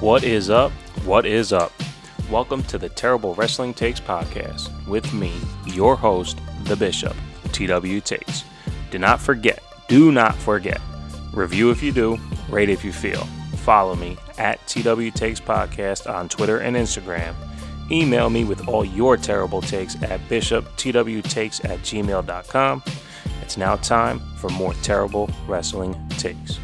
What is up? What is up? Welcome to the Terrible Wrestling Takes podcast with me, your host, the Bishop, TW Takes. Do not forget, do not forget. Review if you do, rate if you feel. Follow me at TW Takes Podcast on Twitter and Instagram. Email me with all your terrible takes at bishoptwtakes at gmail.com. It's now time for more terrible wrestling takes.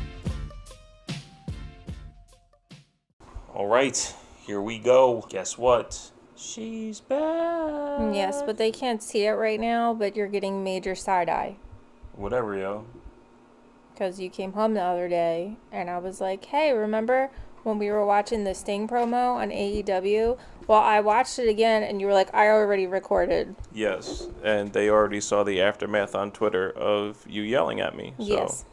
All right, here we go. Guess what? She's back. Mm, Yes, but they can't see it right now, but you're getting major side eye. Whatever, yo. Because you came home the other day and I was like, hey, remember when we were watching the Sting promo on AEW? Well, I watched it again and you were like, I already recorded. Yes, and they already saw the aftermath on Twitter of you yelling at me. So. Yes.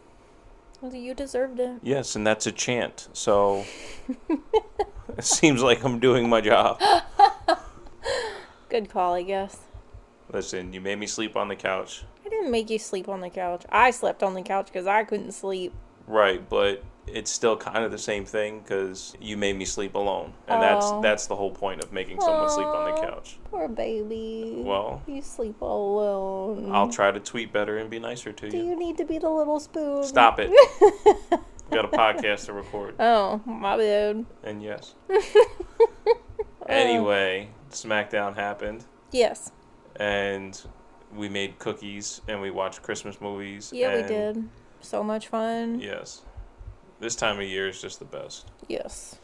Well, You deserved it. Yes, and that's a chant. So it seems like I'm doing my job. Good call, I guess. Listen, you made me sleep on the couch. I didn't make you sleep on the couch. I slept on the couch because I couldn't sleep. Right, but it's still kind of the same thing cuz you made me sleep alone. And that's Oh. that's the whole point of making someone sleep on the Aw. couch. Poor baby. Well, You sleep all alone. I'll try to tweet better and be nicer to Mm-hmm. Do you. you need to be the little spoon? Stop it. Got a podcast to record. Oh, my bad. And yes. anyway, SmackDown happened Yes. and we made cookies and we watched Christmas movies. Yeah, we and- did. So much fun. Yes. This time of year is just the best. Yes.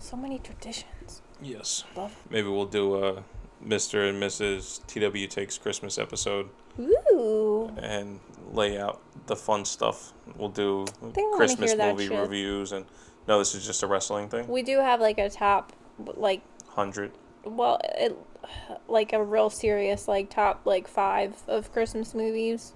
So many traditions. Yes. Love. Maybe we'll do a Mr. and Mrs. TW Takes Christmas episode Ooh. and lay out the fun stuff. We'll do wanna Christmas hear that movie shit. reviews and no, this is just a wrestling thing. We do have like a top, like, Hundred. well, it, like a real serious, like, top, like, five of Christmas movies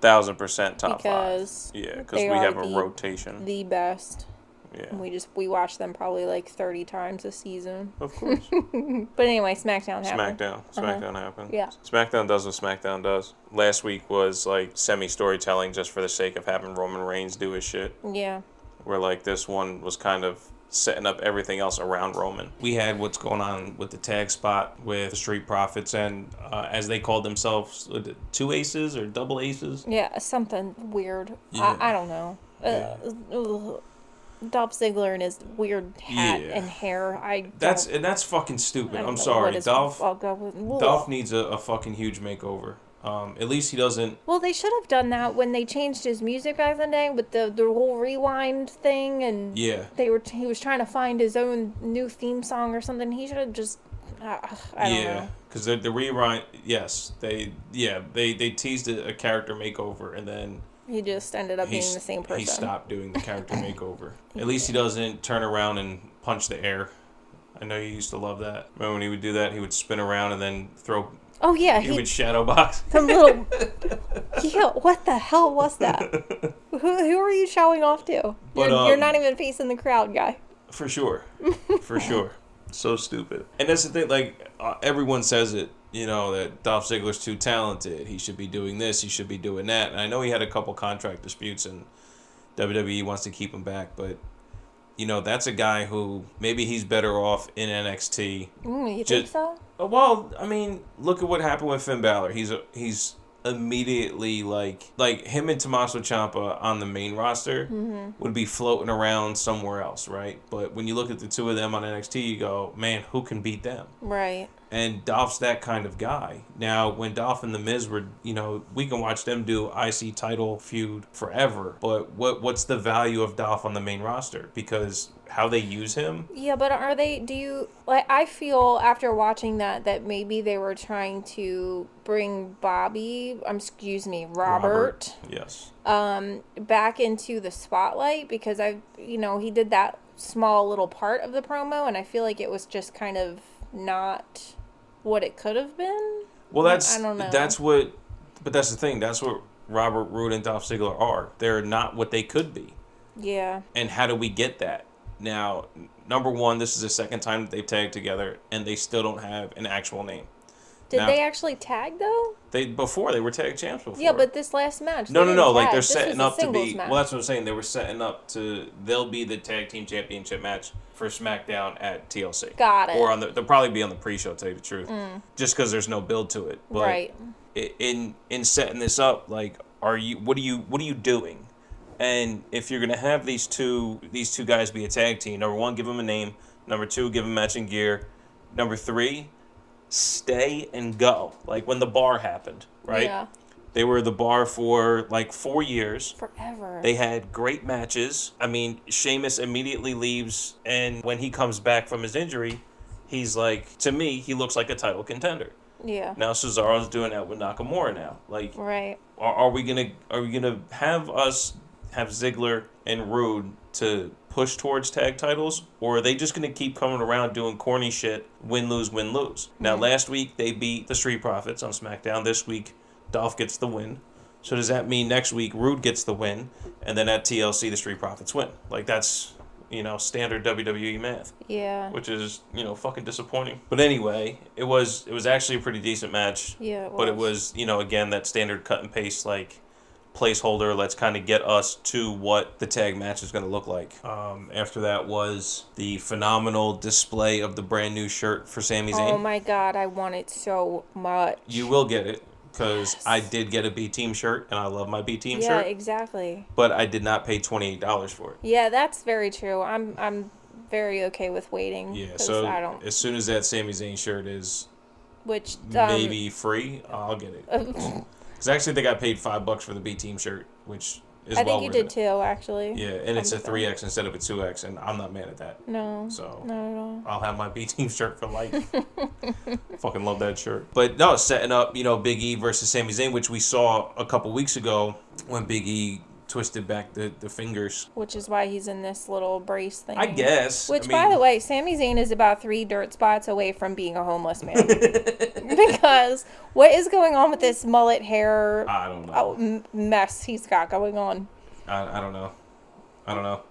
Thousand percent top because five. Yeah, because they we are have a the- rotation. the best. yeah. And we just, we watch them probably like 30 times a season. Of course. But anyway, SmackDown happened. SmackDown. SmackDown happened. Uh-huh. Yeah. SmackDown does what SmackDown does. Last week was like semi storytelling just for the sake of having Roman Reigns do his shit. Yeah. where like this one was kind of setting up everything else around Roman. We had what's going on with the tag spot with the Street Profits and uh, as they called themselves, uh, two aces or double aces. Yeah. Something weird. Yeah. I, I don't know. Yeah. Uh, ugh. Dolph Ziggler and his weird hat Yeah. and hair. I That's don't- and that's fucking stupid. I don't I'm know sorry, what is- Dolph. I'll go with Ugh. Dolph needs a, a fucking huge makeover. Um, at least he doesn't. Well, they should have done that when they changed his music back in the day with the the whole rewind thing, and Yeah. they were he was trying to find his own new theme song or something. He should have just uh, I don't yeah, know. because the rewind. Yes, they. Yeah, they they teased a, a character makeover and then He just ended up being s- the same person. He stopped doing the character makeover. At least he doesn't turn around and punch the air. I know you used to love that. Remember when he would do that? He would spin around and then throw. Oh yeah, He he would shadow box. some little. yeah, what the hell was that? who who are you showing off to? But, you're, you're um, not even facing the crowd, guy. For sure. For sure. So stupid. And that's the thing. Like uh, everyone says it. You know that Dolph Ziggler's too talented. He should be doing this. He should be doing that. And I know he had a couple contract disputes, and WWE wants to keep him back. But you know that's a guy who maybe he's better off in NXT Mm, you think Just- so? Uh, Well, I mean, look at what happened with Finn Balor. He's a, he's immediately like like him and Tommaso Ciampa on the main roster would be floating around somewhere else, right? But when you look at the two of them on NXT, you go, man, who can beat them? Right. And Dolph's that kind of guy. Now, when Dolph and the Miz were, you know, we can watch them do IC title feud forever. But what what's the value of Dolph on the main roster? Because how they use him, Yeah, but are they? Do you like? I feel after watching that that maybe they were trying to bring Bobby, um, excuse me, Robert, yes, um, back into the spotlight because I, you know, he did that small little part of the promo, and I feel like it was just kind of not what it could have been. Well, I- that's I don't know. that's what, but that's the thing. That's what Robert Roode and Dolph Ziggler are. They're not what they could be. Yeah, And how do we get that? Now, n- number one, this is the second time that they've tagged together, and they still don't have an actual name. Did Now- they actually tag though? They before they were tag champs before. Yeah, but this last match. no, they no, didn't no. Like tag. they're This was setting a up to singles be. match. Well, that's what I'm saying. They were setting up to. They'll be the tag team championship match for SmackDown at TLC. Got it. Mm. Or on the. They'll probably be on the pre-show. To tell you the truth, just because there's no build to it. But Right. i- In in setting this up, like, are you? What are you? What are you doing? And if you're gonna have these two these two guys be a tag team, number one, give them a name. Number two, give them matching gear. Number three, stay and go. Like when the bar happened, right? Yeah. They were the bar for like four years. Forever. They had great matches. I mean, Sheamus immediately leaves, and when he comes back from his injury, he's like, to me, he looks like a title contender. yeah. Now Cesaro's doing that with Nakamura now. Like, Right. are, are we gonna are we gonna have us have Ziggler and Rude to push towards tag titles, or are they just gonna keep coming around doing corny shit, win lose win lose? Now last week they beat the Street Profits on SmackDown. This week Dolph gets the win. So does that mean next week Rude gets the win, and then at TLC the Street Profits win? Like that's you know standard WWE math Yeah. which is you know fucking disappointing. But anyway, it was it was actually a pretty decent match. Yeah, it but it was. was you know again that standard cut and paste like placeholder. Let's kind of get us to what the tag match is going to look like. Um, after that was the phenomenal display of the brand new shirt for Sami Zayn. Oh my god, I want it so much. you will get it because I did get a B team shirt and I love my B team yeah, shirt. exactly. but I did not pay twenty eight dollars for it. Yeah, that's very true. I'm I'm very okay with waiting. Yeah, 'cause so I don't. as soon as that Sami Zayn shirt is Which um, maybe free, Oh, I'll get it. Because I actually think I paid five bucks for the B team shirt, which is I well think you worth did it. too, actually. Yeah, and it's a I'm- three X instead of a two X, and I'm not mad at that. Mm-hmm. No. So Not at all. I'll have my B team shirt for life. Fucking love that shirt. But no, setting up you know Big E versus Sami Zayn, which we saw a couple weeks ago when Big E twisted back the, the fingers. Which is why he's in this little brace thing. I guess. Mm-hmm. Which, by I mean, the way, Sami Zayn is about three dirt spots away from being a homeless man. because what is going on with this mullet hair I don't know. oh, m- mess he's got going on? I, I don't know. I don't know.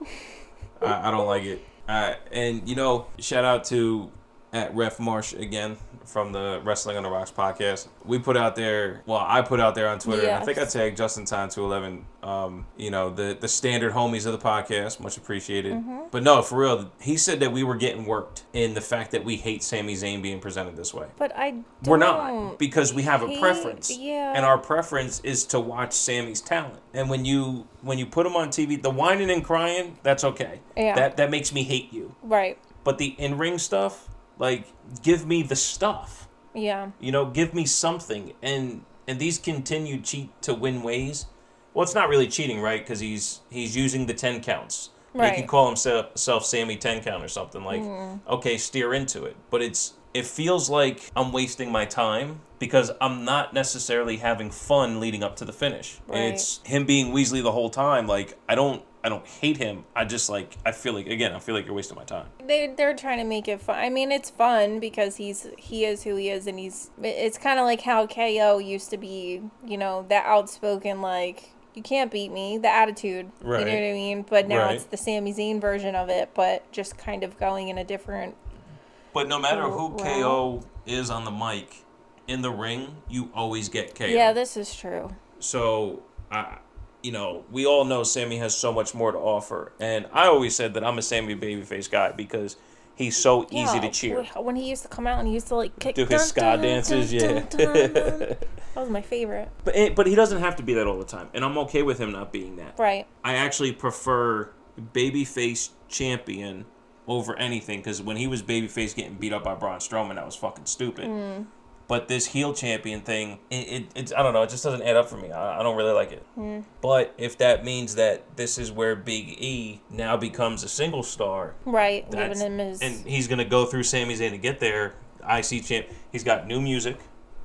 I, I don't like it. Uh, and you know, shout out to at Ref Marsh again from the Wrestling on the Rocks podcast. We put out there, well, I put out there on Twitter. and I think I Yes. tagged Justin Time two eleven. Um, you know the the standard homies of the podcast, much appreciated. But no, for real, he said that we were getting worked in the fact that we hate Sami Zayn being presented this way. But I don't. We're not because we have a He- preference. yeah. And our preference is to watch Sammy's talent. And when you when you put him on TV, the whining and crying, that's okay. Yeah. That that makes me hate you. Right. But the in ring stuff, like, give me the stuff. Yeah. You know, give me something. And and these continued cheat to win ways. Well, it's not really cheating, right? Because he's he's using the ten counts. He can Right. Mm. call himself self Sammy Ten Count or something like. Okay, steer into it, but it's it feels like I'm wasting my time because I'm not necessarily having fun leading up to the finish. Right. And it's him being Weasley the whole time. Like I don't I don't hate him. I just like I feel like again I feel like you're wasting my time. They they're trying to make it fun. I mean, it's fun because he's he is who he is, and he's it's kind of like how KO used to be. You know, that outspoken like you can't beat me, the attitude. You Right. know what I mean? But now Right. it's the Sami Zayn version of it, but just kind of going in a different. But no matter Oh, who wow. KO is on the mic, in the ring you always get KO. Yeah, this is true. So, I, you know, we all know Sammy has so much more to offer, and I always said that I'm a Sammy babyface guy because he's so easy Yeah, to cheer. wh- When he used to come out and he used to like kick Do his ska dances, yeah. that was my favorite. But eh, but he doesn't have to be that all the time, and I'm okay with him not being that. Right. I actually prefer babyface champion over anything because when he was babyface getting beat up by Braun Strowman, that was fucking stupid. Mm. But this heel champion thing, it, it, it's I don't know, it just doesn't add up for me. I, I don't really like it. Mm. But if that means that this is where Big E now becomes a single star, Right. that's, Giving him his and he's gonna go through Sami Zayn to get there. IC champ, he's got new music,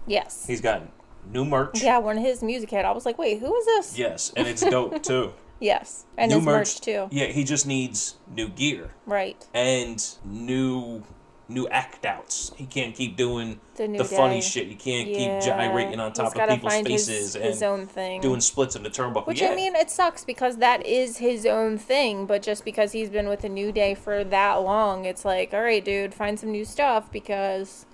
yes. he's got new merch. Yeah, when his music hit, I was like, wait, who is this? Yes, and it's dope too. Yes. And his merch too. Yeah, he just needs new gear. Right. and new new act outs. He can't keep doing The the, new guy. funny shit. He can't Yeah. keep gyrating on He's top of gotta people's find his- faces his and own thing. doing splits in the turnbuckle. Which yeah. I mean, it sucks because that is his own thing, but just because he's been with the New Day for that long, it's like, all right, dude, find some new stuff because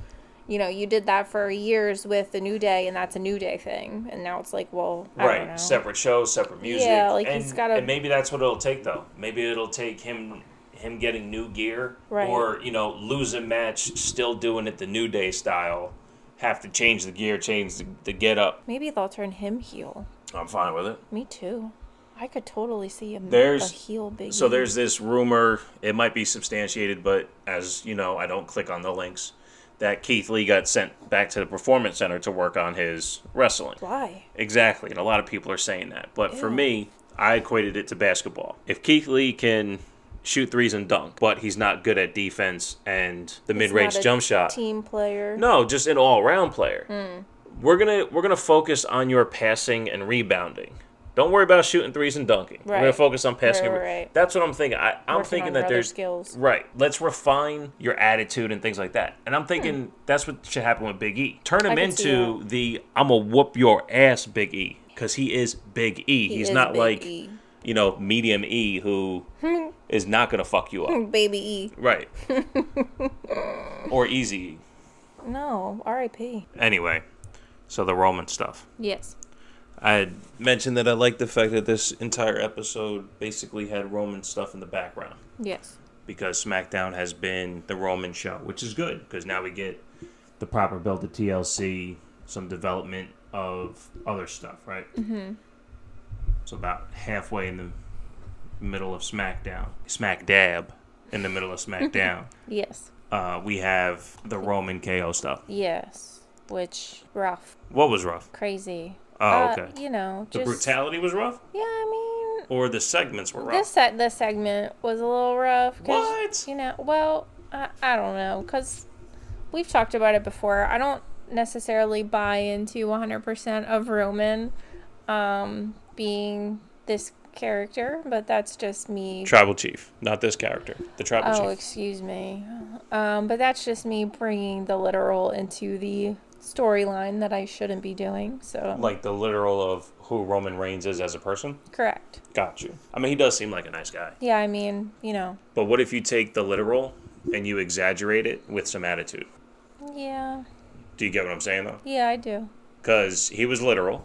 you know, you did that for years with the New Day, and that's a New Day thing. And now it's like, well, I don't know. Right, separate shows, separate music. Yeah, like, and, he's gotta- and maybe that's what it'll take though. Maybe it'll take him him getting new gear Right. or, you know, lose a match, still doing it the New Day style, have to change the gear, change the, the get up. Maybe they'll turn him heel. I'm fine with it. Me too. I could totally see him There's- a heel big. So there's this rumor, it might be substantiated, but as you know, I don't click on the links, that Keith Lee got sent back to the Performance Center to work on his wrestling. why. Exactly, and a lot of people are saying that. But for Ew. me, I equated it to basketball. If Keith Lee can shoot threes and dunk, but he's not good at defense and the He's mid-range not a jump shot. Team player. No, just an all-around player. Hmm. We're gonna we're gonna focus on your passing and rebounding. Don't worry about shooting threes and dunking. We're gonna Right. focus on passing. Right, and re- right, right. That's what I'm thinking. I, I'm Working thinking on that your other there's skills. right. Let's refine your attitude and things like that. And I'm thinking that's what should happen with Big E. Turn Hmm. him I can see into the I'm gonna whoop your ass, Big E, because he is Big E. He He's is not Big like E. you know medium E who is not gonna fuck you up. baby E. right. or easy. E. No, R.I.P. Anyway, so the Roman stuff. Yes. I had Mentioned that I like the fact that this entire episode basically had Roman stuff in the background Yes. because SmackDown has been the Roman show, which is good because now we get the proper build to TLC, some development of other stuff, right? Mm-hmm. So about halfway in the middle of SmackDown, Smack Dab, in the middle of SmackDown, Yes. uh, we have the Roman KO stuff. Yes. Which rough, What was rough? crazy. Oh, okay. you know, The just brutality was rough, yeah. I mean, or the segments were rough. this set, this segment was a little rough. 'cause, What? You know, well, I, I don't know, cause we've talked about it before. I don't necessarily buy into 100% of Roman, um, being this character, but that's just me Tribal Chief, not this character. The Tribal Oh, Chief. excuse me. Um, but that's just me bringing the literal into the storyline that I shouldn't be doing. So, like the literal of who Roman Reigns is as a person. correct. Got you. I mean, he does seem like a nice guy. Yeah, I mean, you know, But what if you take the literal and you exaggerate it with some attitude? yeah, Do you get what I'm saying though? yeah, I do. Because he was literal.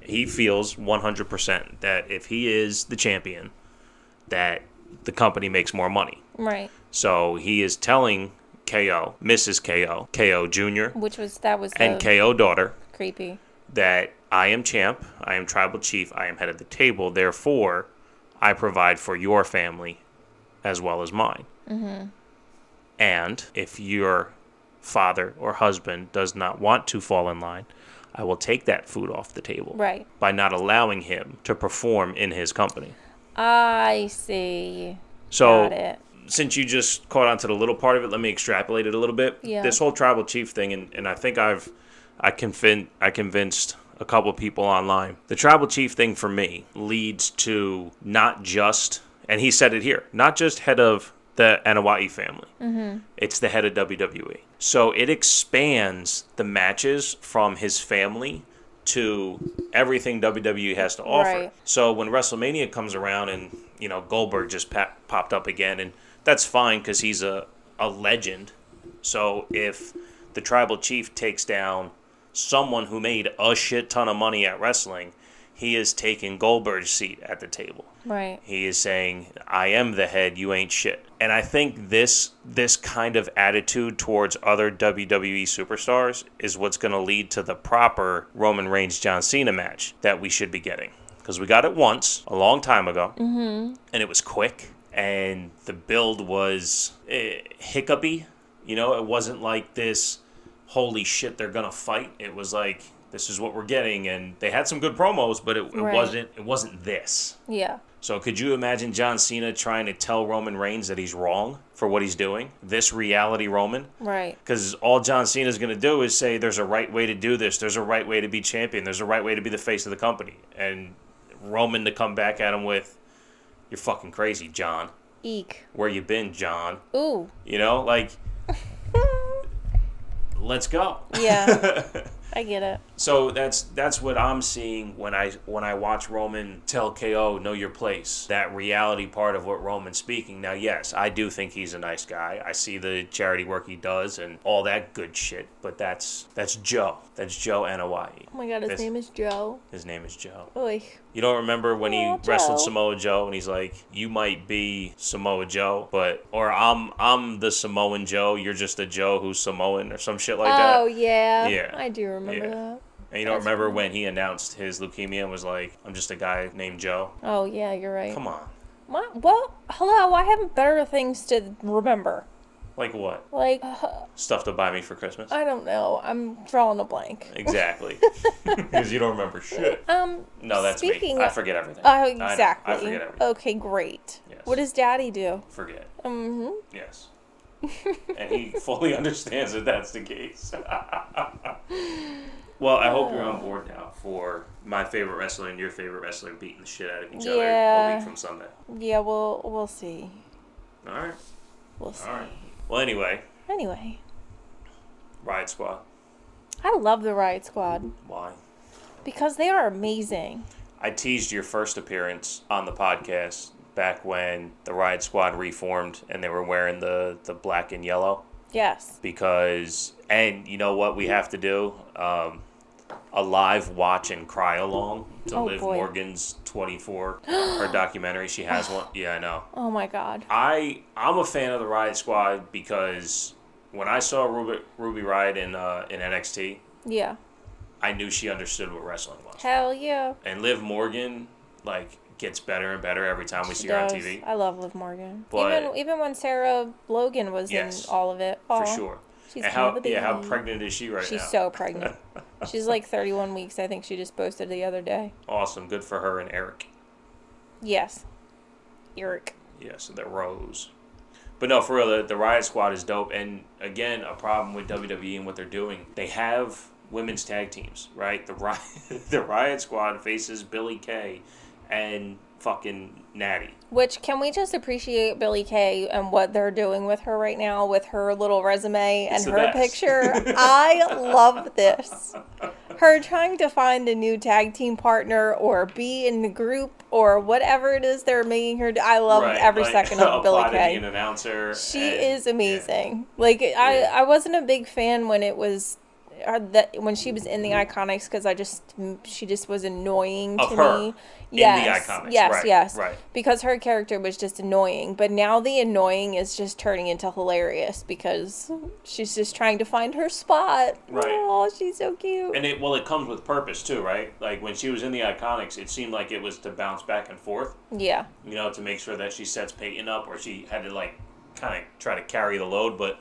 He feels 100% that if he is the champion, that the company makes more money. Right. So he is telling KO, Mrs. KO, KO Jr., Which was, that was the and KO daughter creepy. that I am champ, I am tribal chief, I am head of the table. Therefore, I provide for your family as well as mine. Mm-hmm. And if your father or husband does not want to fall in line, I will take that food off the table Right. by not allowing him to perform in his company. I see. So Got it. since you just caught on to the little part of it, let me extrapolate it a little bit. Yeah. This whole tribal chief thing, and, and I think I've I convin I convinced a couple people online. The tribal chief thing for me leads to not just, and he said it here, not just head of the Anawai family. It's the head of WWE. So it expands the matches from his family to everything WWE has to offer. Right. So when WrestleMania comes around and, you know, Goldberg just pa- popped up again, and that's fine because he's a, a legend. So if the tribal chief takes down someone who made a shit ton of money at wrestling, he is taking Goldberg's seat at the table. Right. He is saying, "I am the head. You ain't shit." And I think this this kind of attitude towards other WWE superstars is what's going to lead to the proper Roman Reigns John Cena match that we should be getting because we got it once a long time ago, mm-hmm. and it was quick, and the build was eh, hiccupy. You know, it wasn't like this. Holy shit, they're gonna fight! It was like this is what we're getting, and they had some good promos, but it, it Right. wasn't it wasn't this. Yeah. So could you imagine John Cena trying to tell Roman Reigns that he's wrong for what he's doing? This reality Roman? Right. Because all John Cena's going to do is say, there's a right way to do this. There's a right way to be champion. There's a right way to be the face of the company. And Roman to come back at him with, you're fucking crazy, John. Eek. Where you been, John? Ooh. You know, like, let's go. Yeah. I get it. So that's that's what I'm seeing when I when I watch Roman tell KO know your place. That reality part of what Roman's speaking. Now, yes, I do think he's a nice guy. I see the charity work he does and all that good shit. But that's that's Joe. That's Joe Anawahi. Oh my god, his That's- name is Joe. His name is Joe. Oy. You don't remember when he Aw, wrestled Joe. Samoa Joe and he's like, "You might be Samoa Joe, but or I'm I'm the Samoan Joe. You're just a Joe who's Samoan or some shit like that." oh yeah. Yeah. I do remember Yeah. that. And you don't That's remember funny. when he announced his leukemia and was like, I'm just a guy named Joe? Oh yeah, you're right. Come on. My, well, hello. I have better things to remember. Like what? Like Stuff to buy me for Christmas? I don't know. I'm drawing a blank. exactly. Because you don't remember shit. Um. No, that's Speaking me. I of- forget everything. Oh, know. I exactly. Oh. forget everything. Okay, great. Yes. What does Daddy do? Forget. hmm Yes. and he fully understands that that's the case. well, I hope you're on board now for my favorite wrestler and your favorite wrestler beating the shit out of each other a Yeah. week from Sunday. Yeah, we'll we'll see. All right. We'll see. All right. Well, anyway, Anyway, Riot Squad. I love the Riot Squad Why? because they are amazing. I teased your first appearance on the podcast back when the Riot Squad reformed and they were wearing the, the black and yellow Yes. because and you know what we have to do um, a live watch and cry along to Oh, Liv boy. Morgan's 24 her documentary she has one yeah I know Oh my God. I I'm a fan of the Riot Squad because when I saw Ruby Ruby Riot in uh, in NXT Yeah. I knew she understood what wrestling was Hell yeah. and Liv Morgan like gets better and better every time we see her on does. TV I love Liv Morgan. But- even even when Sarah Logan was Yes. in all of it. for Aw, sure. She's and kind how of a yeah how baby. pregnant is she right She's now? so pregnant. She's like 31 weeks. I think she just posted the other day. awesome. Good for her and Eric. Yes. Eric. Yeah, so they're Rose. But no, for real, the, the Riot Squad is dope. And again, a problem with WWE and what they're doing, they have women's tag teams, right? The Riot, the Riot Squad faces Billy Kay and fucking Natty. Which can we just appreciate Billy Kay and what they're doing with her right now with her little resume It's the and her best. picture? I love this. Her trying to find a new tag team partner or be in the group or whatever it is they're making her do. I love Right, every like, second of Billy apply to be Kay. an announcer. She and- is yeah. amazing. Like I, I wasn't a big fan when it was uh, that when she was in the Iconics because I just mm, she just was annoying Mm-hmm. Of to her in me. the Yes, Iconics, yes, right, yes. right. Because her character was just annoying, but now the annoying is just turning into hilarious because she's just trying to find her spot. Right. Oh, she's so cute. And it well, it comes with purpose too, right? Like when she was in the Iconics, it seemed like it was to bounce back and forth. yeah. you know, to make sure that she sets Peyton up, or she had to like kind of try to carry the load. But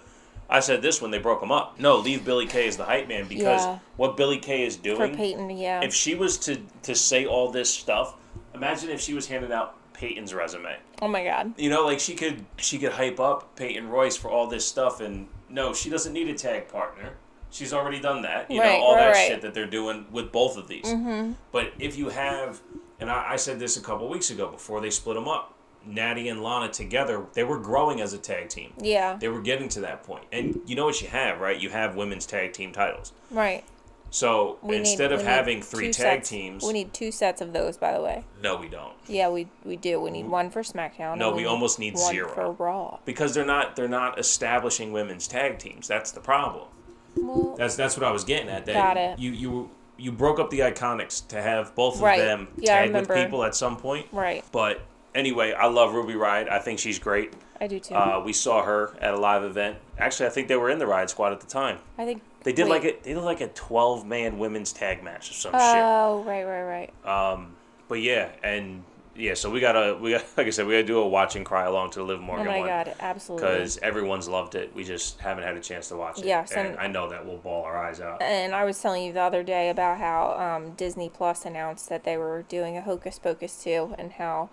I said this when they broke him up. No, leave Billy Kay as the hype man because Yeah. what Billy Kay is For doing. Peyton, yeah. If she was to to say all this stuff, imagine if she was handing out Peyton's resume. oh my god. You know, like she could she could hype up Peyton Royce for all this stuff, and no, she doesn't need a tag partner. She's already done that. You Right, know, all right, that right. Mm-hmm. shit that they're doing with both of these. But if you have, and I, I said this a couple weeks ago before they split them up, Natty and Lana together, they were growing as a tag team. Yeah. They were getting to that point, and you know what you have, right? You have women's tag team titles. Right. So We need- instead we of need having three two tag sets- teams, we need two sets of those, by the way. no, we don't. Yeah, we we do. We need one for SmackDown. Mm-hmm. No, and we almost need one zero. for Raw. because they're not they're not establishing women's tag teams. That's the problem. Well, That's that's what I was getting at. That Got it. You you you broke up the Iconics to have both of Right. them Yeah, I tag with remember. people at some point. right, But anyway, I love Ruby Riot. I think she's great. I do too. Uh, we saw her at a live event. Actually, I think they were in the Riot Squad at the time. I think They did wait. like a they did like a twelve man women's tag match or some shit. Oh, right, right, right. Um, but yeah, and yeah, so we gotta we got like I said, we gotta do a watch and cry along to the Liv oh Morgan my one god, absolutely. because everyone's loved it. We just haven't had a chance to watch it. Yes, and, and- I know that we'll ball our eyes out. And I was telling you the other day about how um, Disney Plus announced that they were doing a Hocus Pocus 2 and how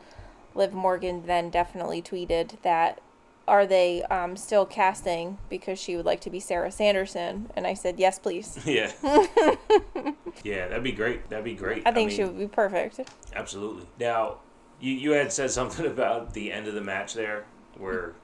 Liv Morgan then definitely tweeted that are they um, still casting because she would like to be Sarah Sanderson and I said yes please. yeah, yeah, that'd be great. That'd be great. I think she mean, would be perfect. absolutely. Now, you you had said something about the end of the match there, where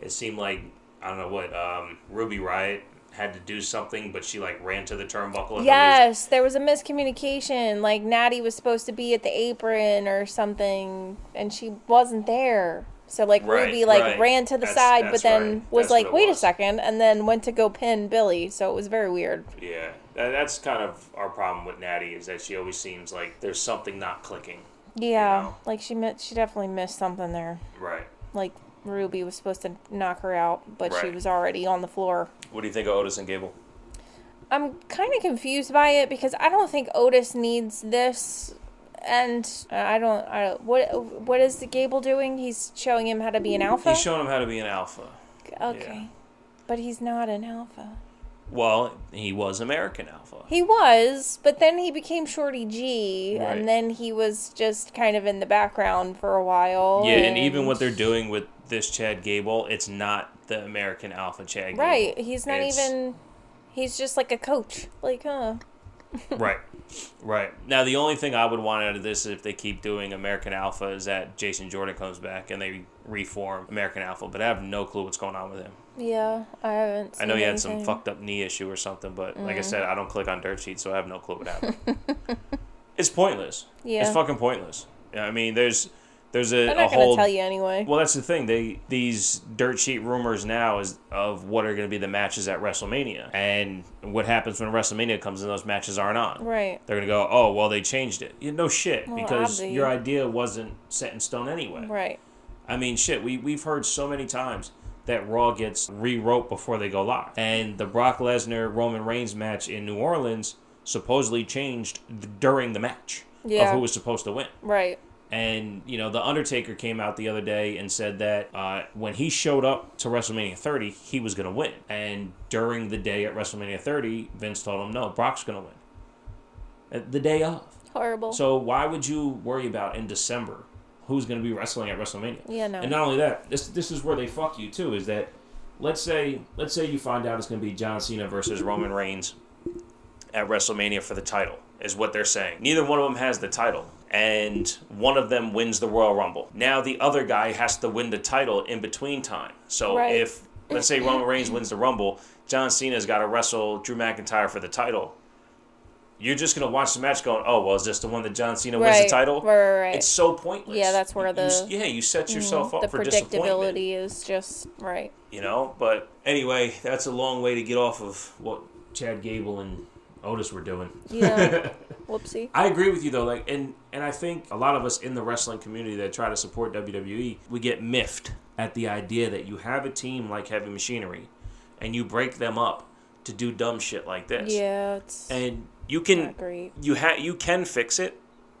it seemed like I don't know what um, Ruby Riot had to do something, but she like ran to the turnbuckle. And the Yes, there was a miscommunication. Like Natty was supposed to be at the apron or something, and she wasn't there. So like Right, Ruby like right. ran to the That's- side, that's but then right. was That's what like, it "Wait was. a second, and then went to go pin Billy. So it was very weird. loser. yeah, That- that's kind of our problem with Natty is that she always seems like there's something not clicking. Yeah, know. like she mi- she definitely missed something there. Right. Like Ruby was supposed to knock her out, but she Right. was already on the floor. What do you think of Otis and Gable? I'm kind of confused by it because I don't think Otis needs this, and uh, I don't. I don't, what what is the Gable doing? He's showing him how to be an alpha. He's showing him how to be an alpha. okay, yeah. but he's not an alpha. Well, he was American alpha. He was, but then he became Shorty G, Right. and then he was just kind of in the background for a while. Yeah, and even what they're doing with this Chad Gable, it's not the American alpha Chad Gable. right, he's not It's- even. He's just like a coach, like huh? Right. Right. Now, the only thing I would want out of this if they keep doing American Alpha is that Jason Jordan comes back and they reform American Alpha, but I have no clue what's going on with him. Yeah, I haven't. Seen I know he had some anything. fucked up knee issue or something, but like I Mm. said, I don't click on dirt sheets, so I have no clue what happened. it's pointless. Yeah, It's fucking pointless. I mean, there's there's a, I'm a not gonna whole tell you anyway. Well, that's the thing. They these dirt sheet rumors now is of what are going to be the matches at WrestleMania, and what happens when WrestleMania comes and those matches aren't on. Right. They're gonna go, oh well, they changed it. You no shit, Well, because obvi. your idea wasn't set in stone anyway. Right. I mean, shit, we we've heard so many times that Raw gets rewrote before they go live, and the Brock Lesnar Roman Reigns match in New Orleans supposedly changed during the match Yeah. of who was supposed to win. Right. And you know, the Undertaker came out the other day and said that uh, when he showed up to WrestleMania 30, he was gonna win. And during the day at WrestleMania 30, Vince told him, "No, Brock's gonna win." Uh, The day of. Horrible. So why would you worry about in December who's gonna be wrestling at WrestleMania? Yeah, no. And not only that, this this is where they fuck you too. Is that let's say let's say you find out it's gonna be John Cena versus Roman Reigns at WrestleMania for the title, is what they're saying. Neither one of them has the title, and one of them wins the Royal Rumble. Now the other guy has to win the title in between time. So Right. if let's say Roman Reigns wins the Rumble, John Cena's got to wrestle Drew McIntyre for the title. You're just gonna watch the match, going, "Oh, well, is this the one that John Cena wins the Right, title?" right, right, right. It's so pointless. Yeah, that's where You- you s- the- mm-hmm, yeah you set yourself up the for disappointment. predictability is just right. You know, but anyway, that's a long way to get off of what Chad Gable and Otis were doing. Yeah. Whoopsie. I agree with you though, like and and I think a lot of us in the wrestling community that try to support WWE, we get miffed at the idea that you have a team like Heavy Machinery and you break them up to do dumb shit like this. Yeah, it's And you can not great. you ha- you can fix it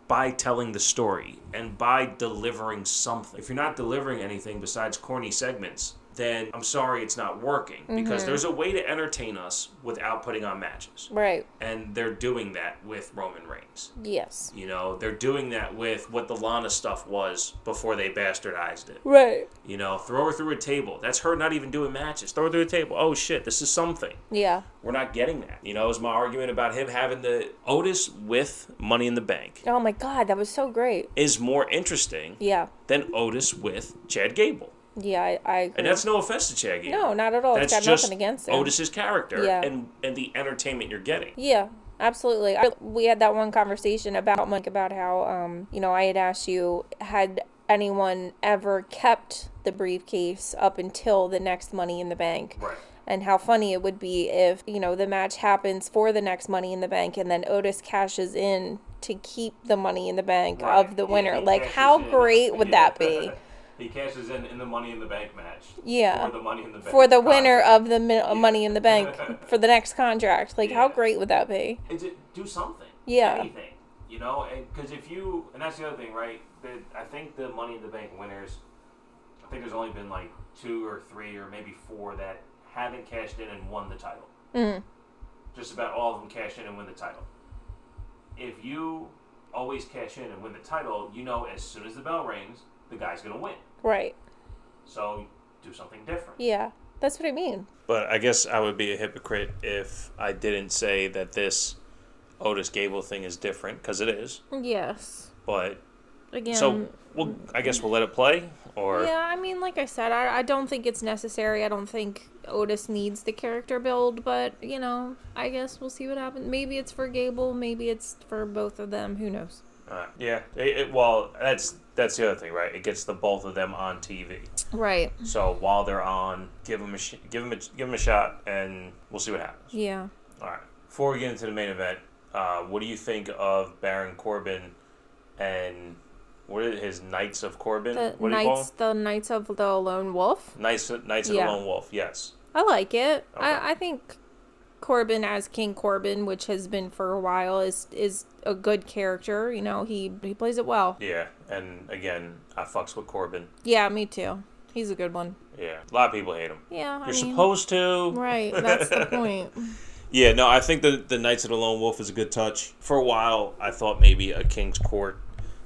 by telling the story and by delivering something. If you're not delivering anything besides corny segments, then I'm sorry it's not working Mm-hmm. because there's a way to entertain us without putting on matches. Right. And they're doing that with Roman Reigns. Yes. You know, they're doing that with what the Lana stuff was before they bastardized it. Right. You know, throw her through a table. That's her not even doing matches. Throw her through a table. Oh shit, this is something. Yeah. We're not getting that. You know, is my argument about him having the Otis with Money in the Bank Oh my god, that was so great. is more interesting Yeah. than Otis with Chad Gable. Yeah, I, I agree. And that's no offense to Chad Gable. no, not at all. it's that's got just nothing against it. Otis's character Yeah. and and the entertainment you're getting. Yeah, absolutely. I, we had that one conversation about like about how um you know I had asked you had anyone ever kept the briefcase up until the next Money in the Bank. Right. And how funny it would be if, you know, the match happens for the next money in the bank and then Otis cashes in to keep the money in the bank of the winner. like, how great would that be? He cashes in in the Money in the Bank match. Yeah. For the Money in the Bank. For the winner of the min- Money in the Bank for the next contract. Like, how Yeah. great would that be? and to do something. Yeah. Anything. You know, because if you, and that's the other thing, right? That I think the Money in the Bank winners, I think there's only been like two or three or maybe four that haven't cashed in and won the title. Just about all of them cash in and win the title. If you always cash in and win the title, you know as soon as the bell rings, the guy's going to win. Right. So do something different. Yeah. That's what I mean. But I guess I would be a hypocrite if I didn't say that this Otis Gable thing is different because it is. Yes. But Again, So- Well, I guess we'll let it play. Or Yeah, I mean, like I said, I, I don't think it's necessary. I don't think Otis needs the character build, but, you know, I guess we'll see what happens. Maybe it's for Gable, maybe it's for both of them. Who knows? Uh, yeah, it, it, well, that's that's the other thing, right? It gets the both of them on TV. Right. So while they're on, give them a sh- give them a, give them a shot, and we'll see what happens. Yeah. All right. Before we get into the main event, uh, what do you think of Baron Corbin and what are his Knights of Corbin? The what do you call Knights, them? the Knights of the Lone Wolf. Knights Knights of Yeah. the Lone Wolf. Yes. I like it. Okay. I, I think Corbin as King Corbin, which has been for a while, is is a good character. You know, he he plays it well. Yeah. And again, I fucks with Corbin. Yeah, me too. He's a good one. Yeah. A lot of people hate him. Yeah, I You're mean, supposed to. right. That's the point. Yeah, no, I think the the Knights of the Lone Wolf is a good touch. For a while, I thought maybe a King's Court,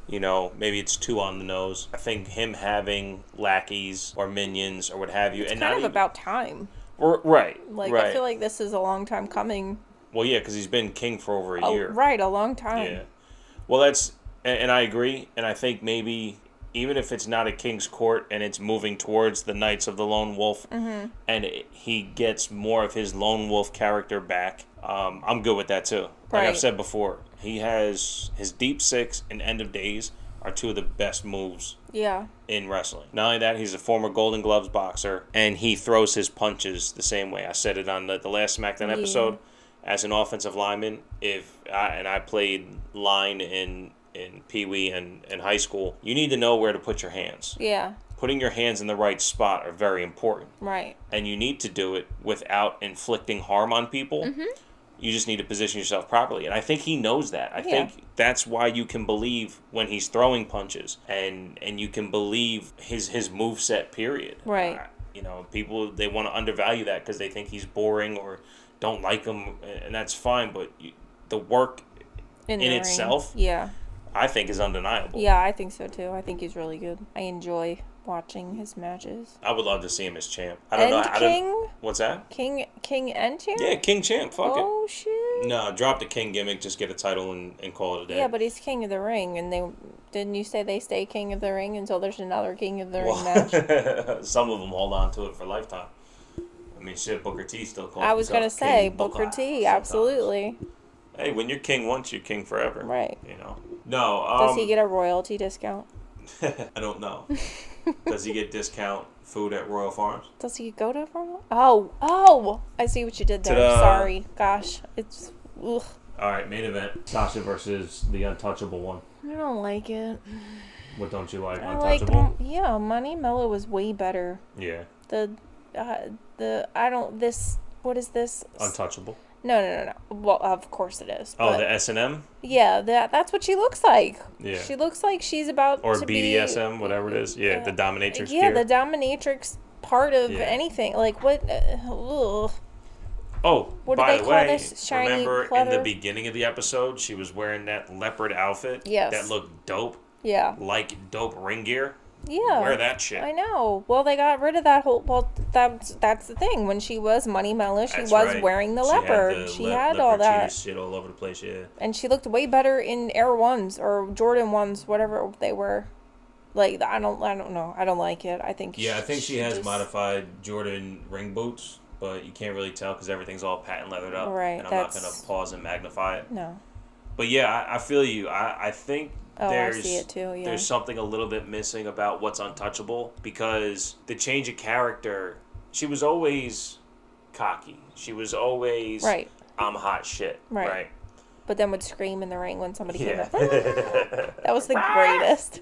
you know, maybe it's too on the nose. I think him having lackeys or minions or what have you, and Kind not of even, about time. r- right, Like right. I feel like this is a long time coming. well, yeah, because he's been king for over a A- year. right, a long time. Yeah. Well, that's and, and I agree, and I think maybe even if it's not a king's court and it's moving towards the Knights of the Lone Wolf, and it, he gets more of his lone wolf character back, um, I'm good with that too. Like I've Right. said before, he has his deep six and end of days are two of the best moves Yeah. in wrestling. Not only that, he's a former Golden Gloves boxer, and he throws his punches the same way. I said it on the, the last SmackDown episode. As an offensive lineman, if I, and I played line in in Pee Wee and in high school, you need to know where to put your hands. Yeah. Putting your hands in the right spot are very important, Right. and you need to do it without inflicting harm on people. Mm-hmm. You just need to position yourself properly, and I think he knows that. I Yeah. think that's why you can believe when he's throwing punches and and you can believe his his move set period Right. Uh, you know people they want to undervalue that because they think he's boring or don't like him and and that's fine but you, the work the In ring. itself? Yeah. i think is undeniable Yeah, I think so too. I think he's really good. I enjoy watching his matches. i would love to see him as champ i don't And know I don't, King, what's that King, King, and Champ. yeah king champ fuck Oh shit. it no drop the king gimmick just get a title and, and call it a day Yeah, but he's king of the ring, and they didn't you say they stay king of the ring until there's another king of the ring match. well, some of them hold on to it for a lifetime I mean, shit. Booker T still calls. I was gonna himself say King Booker Booker T, sometimes. absolutely. Hey, when you're king once, you're king forever. Right. You know. No. Um, Does he get a royalty discount? I don't know. Does he get discount food at Royal Farms? Does he go to Vermont? Oh, oh! I see what you did there. Ta-da. Sorry, gosh, it's. Ugh, All right, main event: Sasha versus the Untouchable One. I don't like it. What don't you like, I like. Mon- Yeah, Money Mello was way better. yeah, The, uh, the I don't this. What is this? Untouchable. No, no, no, no. Well, of course it is. Oh, but- the S and M Yeah, that that's what she looks like. Yeah. She looks like she's about or to BDSM, whatever it is. Yeah, the Be, dominatrix. yeah, gear. the dominatrix part of Yeah. anything. Like what? Uh, ugh. Oh, What do by they the call way, this shiny remember in the pleather? beginning of the episode, she was wearing that leopard outfit. Yes. That looked dope, Yeah. like dope ring gear. Yeah. Wear that shit. Oh, I know. Well, they got rid of that whole. Well, that's that's the thing. When she was Money Mello, she That's was right. wearing the She had leopard. the she le- had all leopard that, cheese shit all over the place. Yeah. and she looked way better in Air Ones or Jordan Ones, whatever they were. Like I don't, I don't know. I don't like it. I think. Yeah, I think she has just- modified Jordan ring boots, but you can't really tell because everything's all patent leathered up. Right, And I'm not going that's- to pause and magnify it. No. But yeah, I, I feel you. I, I think Oh, I there's see it too, yeah. there's something a little bit missing about what's untouchable because the change of character. She was always cocky. She was always Right. I'm hot shit. Right. Right. but then would scream in the ring when somebody Yeah. came up. That was the greatest.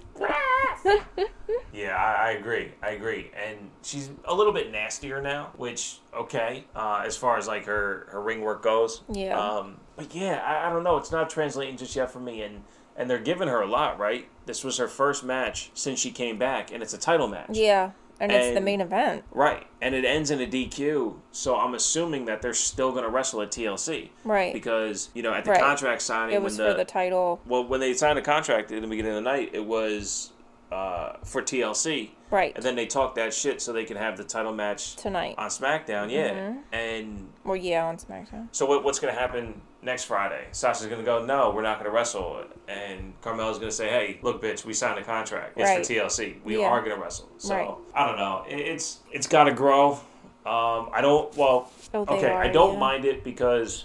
Yeah, I, I agree. I agree. And she's a little bit nastier now, which okay, uh, as far as like her her ring work goes. Yeah. Um, but yeah, I, I don't know. It's not translating just yet for me, and and they're giving her a lot, right? This was her first match since she came back, and it's a title match. Yeah, and, it's the And- main event. Right, and it ends in a DQ, so I'm assuming that they're still gonna wrestle at TLC. Right. Because you know at the Right. contract signing It when was the, for the title. well when they signed a contract at the beginning of the night, it was uh, for TLC, Right. and then they talk that shit so they can have the title match Tonight. Mm-hmm. on SmackDown. Yeah, and Well, yeah, on SmackDown. so what, what's going to happen next Friday? Sasha's going to go, no, we're not going to wrestle. And Carmella's going to say, hey, look, bitch, we signed a contract. It's Right. for TLC. We Yeah. are going to wrestle. So Right. I don't know. It, it's it's got to grow. Um, I don't. Well, Oh, they okay, I are, don't yeah. mind it because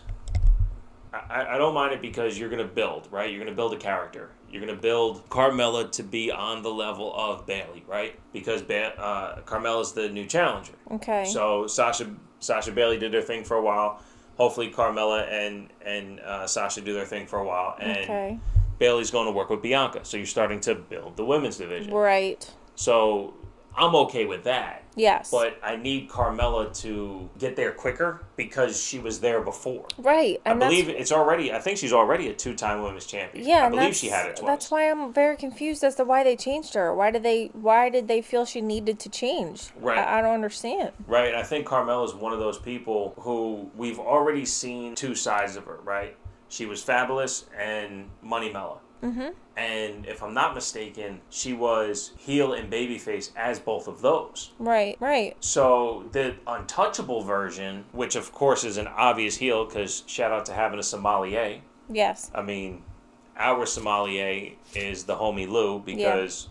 I, I- I don't mind it because you're going to build, right? You're going to build a character. You're going to build Carmella to be on the level of Bailey, right? Because ba- uh, Carmella's the new challenger. Okay. So Sasha Sasha Bailey did their thing for a while. Hopefully Carmella and and uh, Sasha do their thing for a while. And okay. Bailey's going to work with Bianca, so you're starting to build the women's division. Right. So I'm okay with that. Yes. But I need Carmella to get there quicker because she was there before. right. I And that's- believe it's already. I think she's already a two-time women's champion. Yeah, I and believe she that's- had it twice. That's why I'm very confused as to why they changed her. Why did they? Why did they feel she needed to change? Right. I, I don't understand. Right. I think Carmella is one of those people who we've already seen two sides of her, right? She was fabulous and Money Mella. Mm-hmm. And if I'm not mistaken, she was heel and babyface as both of those. Right. Right. So the untouchable version, which of course is an obvious heel, because shout out to having a sommelier. Yes. I mean, our sommelier is the homie Lou because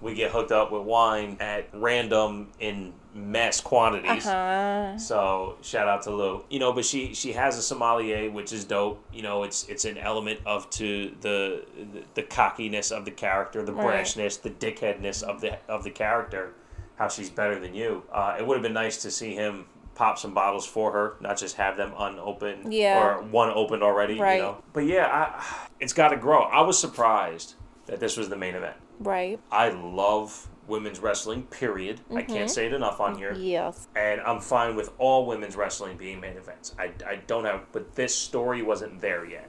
we get hooked up with wine at random in mass Uh quantities. huh. So shout out to Lou. You know, but she she has a sommelier, which is dope. You know, it's it's an element of to the the, the cockiness of the character, the Right. brashness, the dickheadness of the of the character. How she's better than you. Uh, it would have been nice to see him pop some bottles for her, not just have them unopened Yeah. or one opened already. Right. You know? But yeah, I, it's got to grow. I was surprised that this was the main event. Right. I love women's wrestling. Period. I Mm-hmm. can't say it enough on here Yes. and I'm fine with all women's wrestling being main events. I, I don't have, but this story wasn't there yet.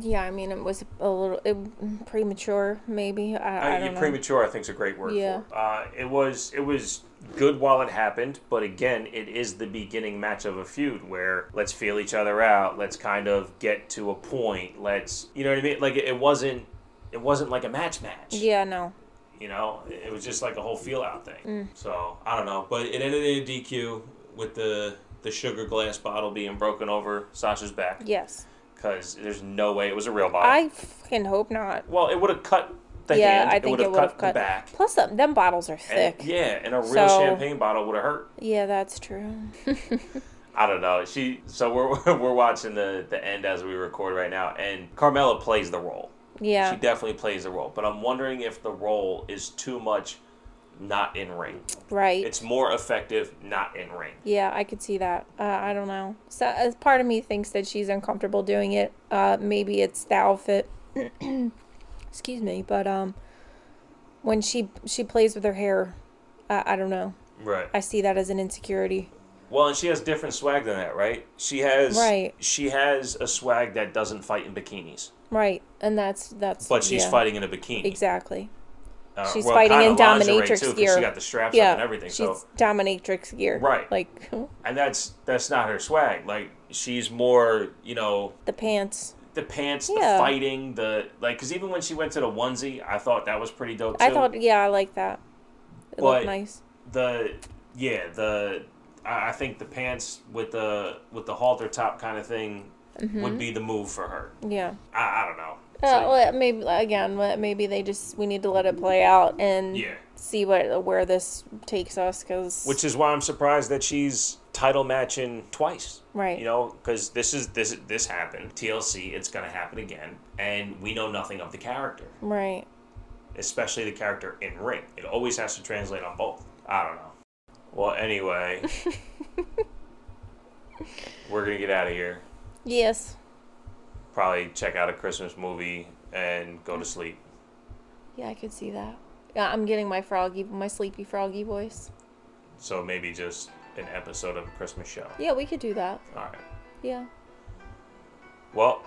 Yeah. I mean, it was a little it, premature, maybe. I, I, Uh, don't know. premature, I think, is a great word Yeah. for it. Uh, it was it was good while it happened, but again, it is the beginning match of a feud where let's feel each other out, let's kind of get to a point, let's you know what I mean. Like it, it wasn't it wasn't like a match match. yeah. No. You know, it was just like a whole feel out thing. Mm. So I don't know, but it ended in a DQ with the the sugar glass bottle being broken over Sasha's back. Yes. because there's no way it was a real bottle. I fucking hope not. well, it would have cut Oh. the yeah, hand. I it think would it have would cut, have cut. the back. Plus, uh, them, them bottles are thick. And, yeah, and a real So- champagne bottle would have hurt. yeah, that's true. I don't know. She so we're we're watching the the end as we record right now, and Carmela plays the role. She Yeah. definitely plays the role, but I'm wondering if the role is too much, not in ring. Right. It's more effective not in ring. Yeah, I could see that. Uh, I don't know. So, as part of me thinks that she's uncomfortable doing it. Uh, maybe it's the outfit. Excuse me, but um, when she she plays with her hair, uh, I don't know. Right. I see that as an insecurity. Well, and she has different swag than that, right? She has Right. She has a swag that doesn't fight in bikinis, Right, and that's that's. but she's yeah. fighting in a bikini. Exactly. Uh, She's fighting in kinda lingerie, dominatrix 'cause gear. She got the straps yeah. up and everything. She's So, dominatrix gear. Right. Like and that's that's not her swag. Like she's more, you know, the pants. the pants, Yeah. the fighting, the like. Because even when she went to the onesie, I thought that was pretty dope too. I thought, yeah, I like that. It But- looked nice. the yeah the I I think the pants with the with the halter top kind of thing would be the move for her. Yeah. I, I don't know. Mm-hmm. Uh, So, well, maybe again, well, maybe they just we need to let it play out and Yeah. see what where this takes us because which is why I'm surprised that she's title matching twice. Right. You know, because this is this this happened TLC. It's gonna happen again, and we know nothing of the character, right especially the character in ring. It always has to translate on both. I don't know. Well, anyway, we're gonna get out of here. yes Probably check out a Christmas movie and go to sleep. yeah I could see that yeah I'm getting my froggy my sleepy froggy voice So maybe just an episode of a Christmas show. yeah we could do that All right. yeah Well,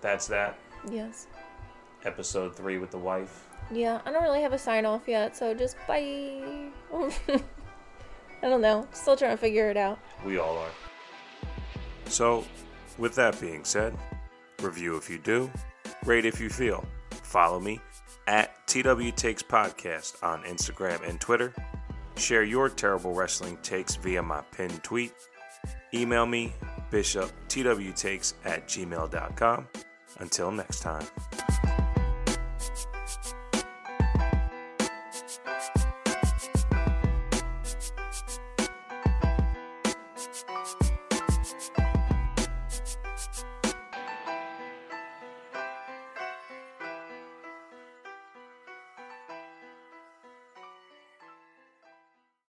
that's that. yes Episode three with the wife. yeah I don't really have a sign off yet so just bye I don't know still trying to figure it out We all are. So, with that being said, review if you do, rate if you feel. Follow me at TW Takes Podcast on Instagram and Twitter. Share your terrible wrestling takes via my pinned tweet. Email me, bishoptwtakes at gmail.com. Until next time.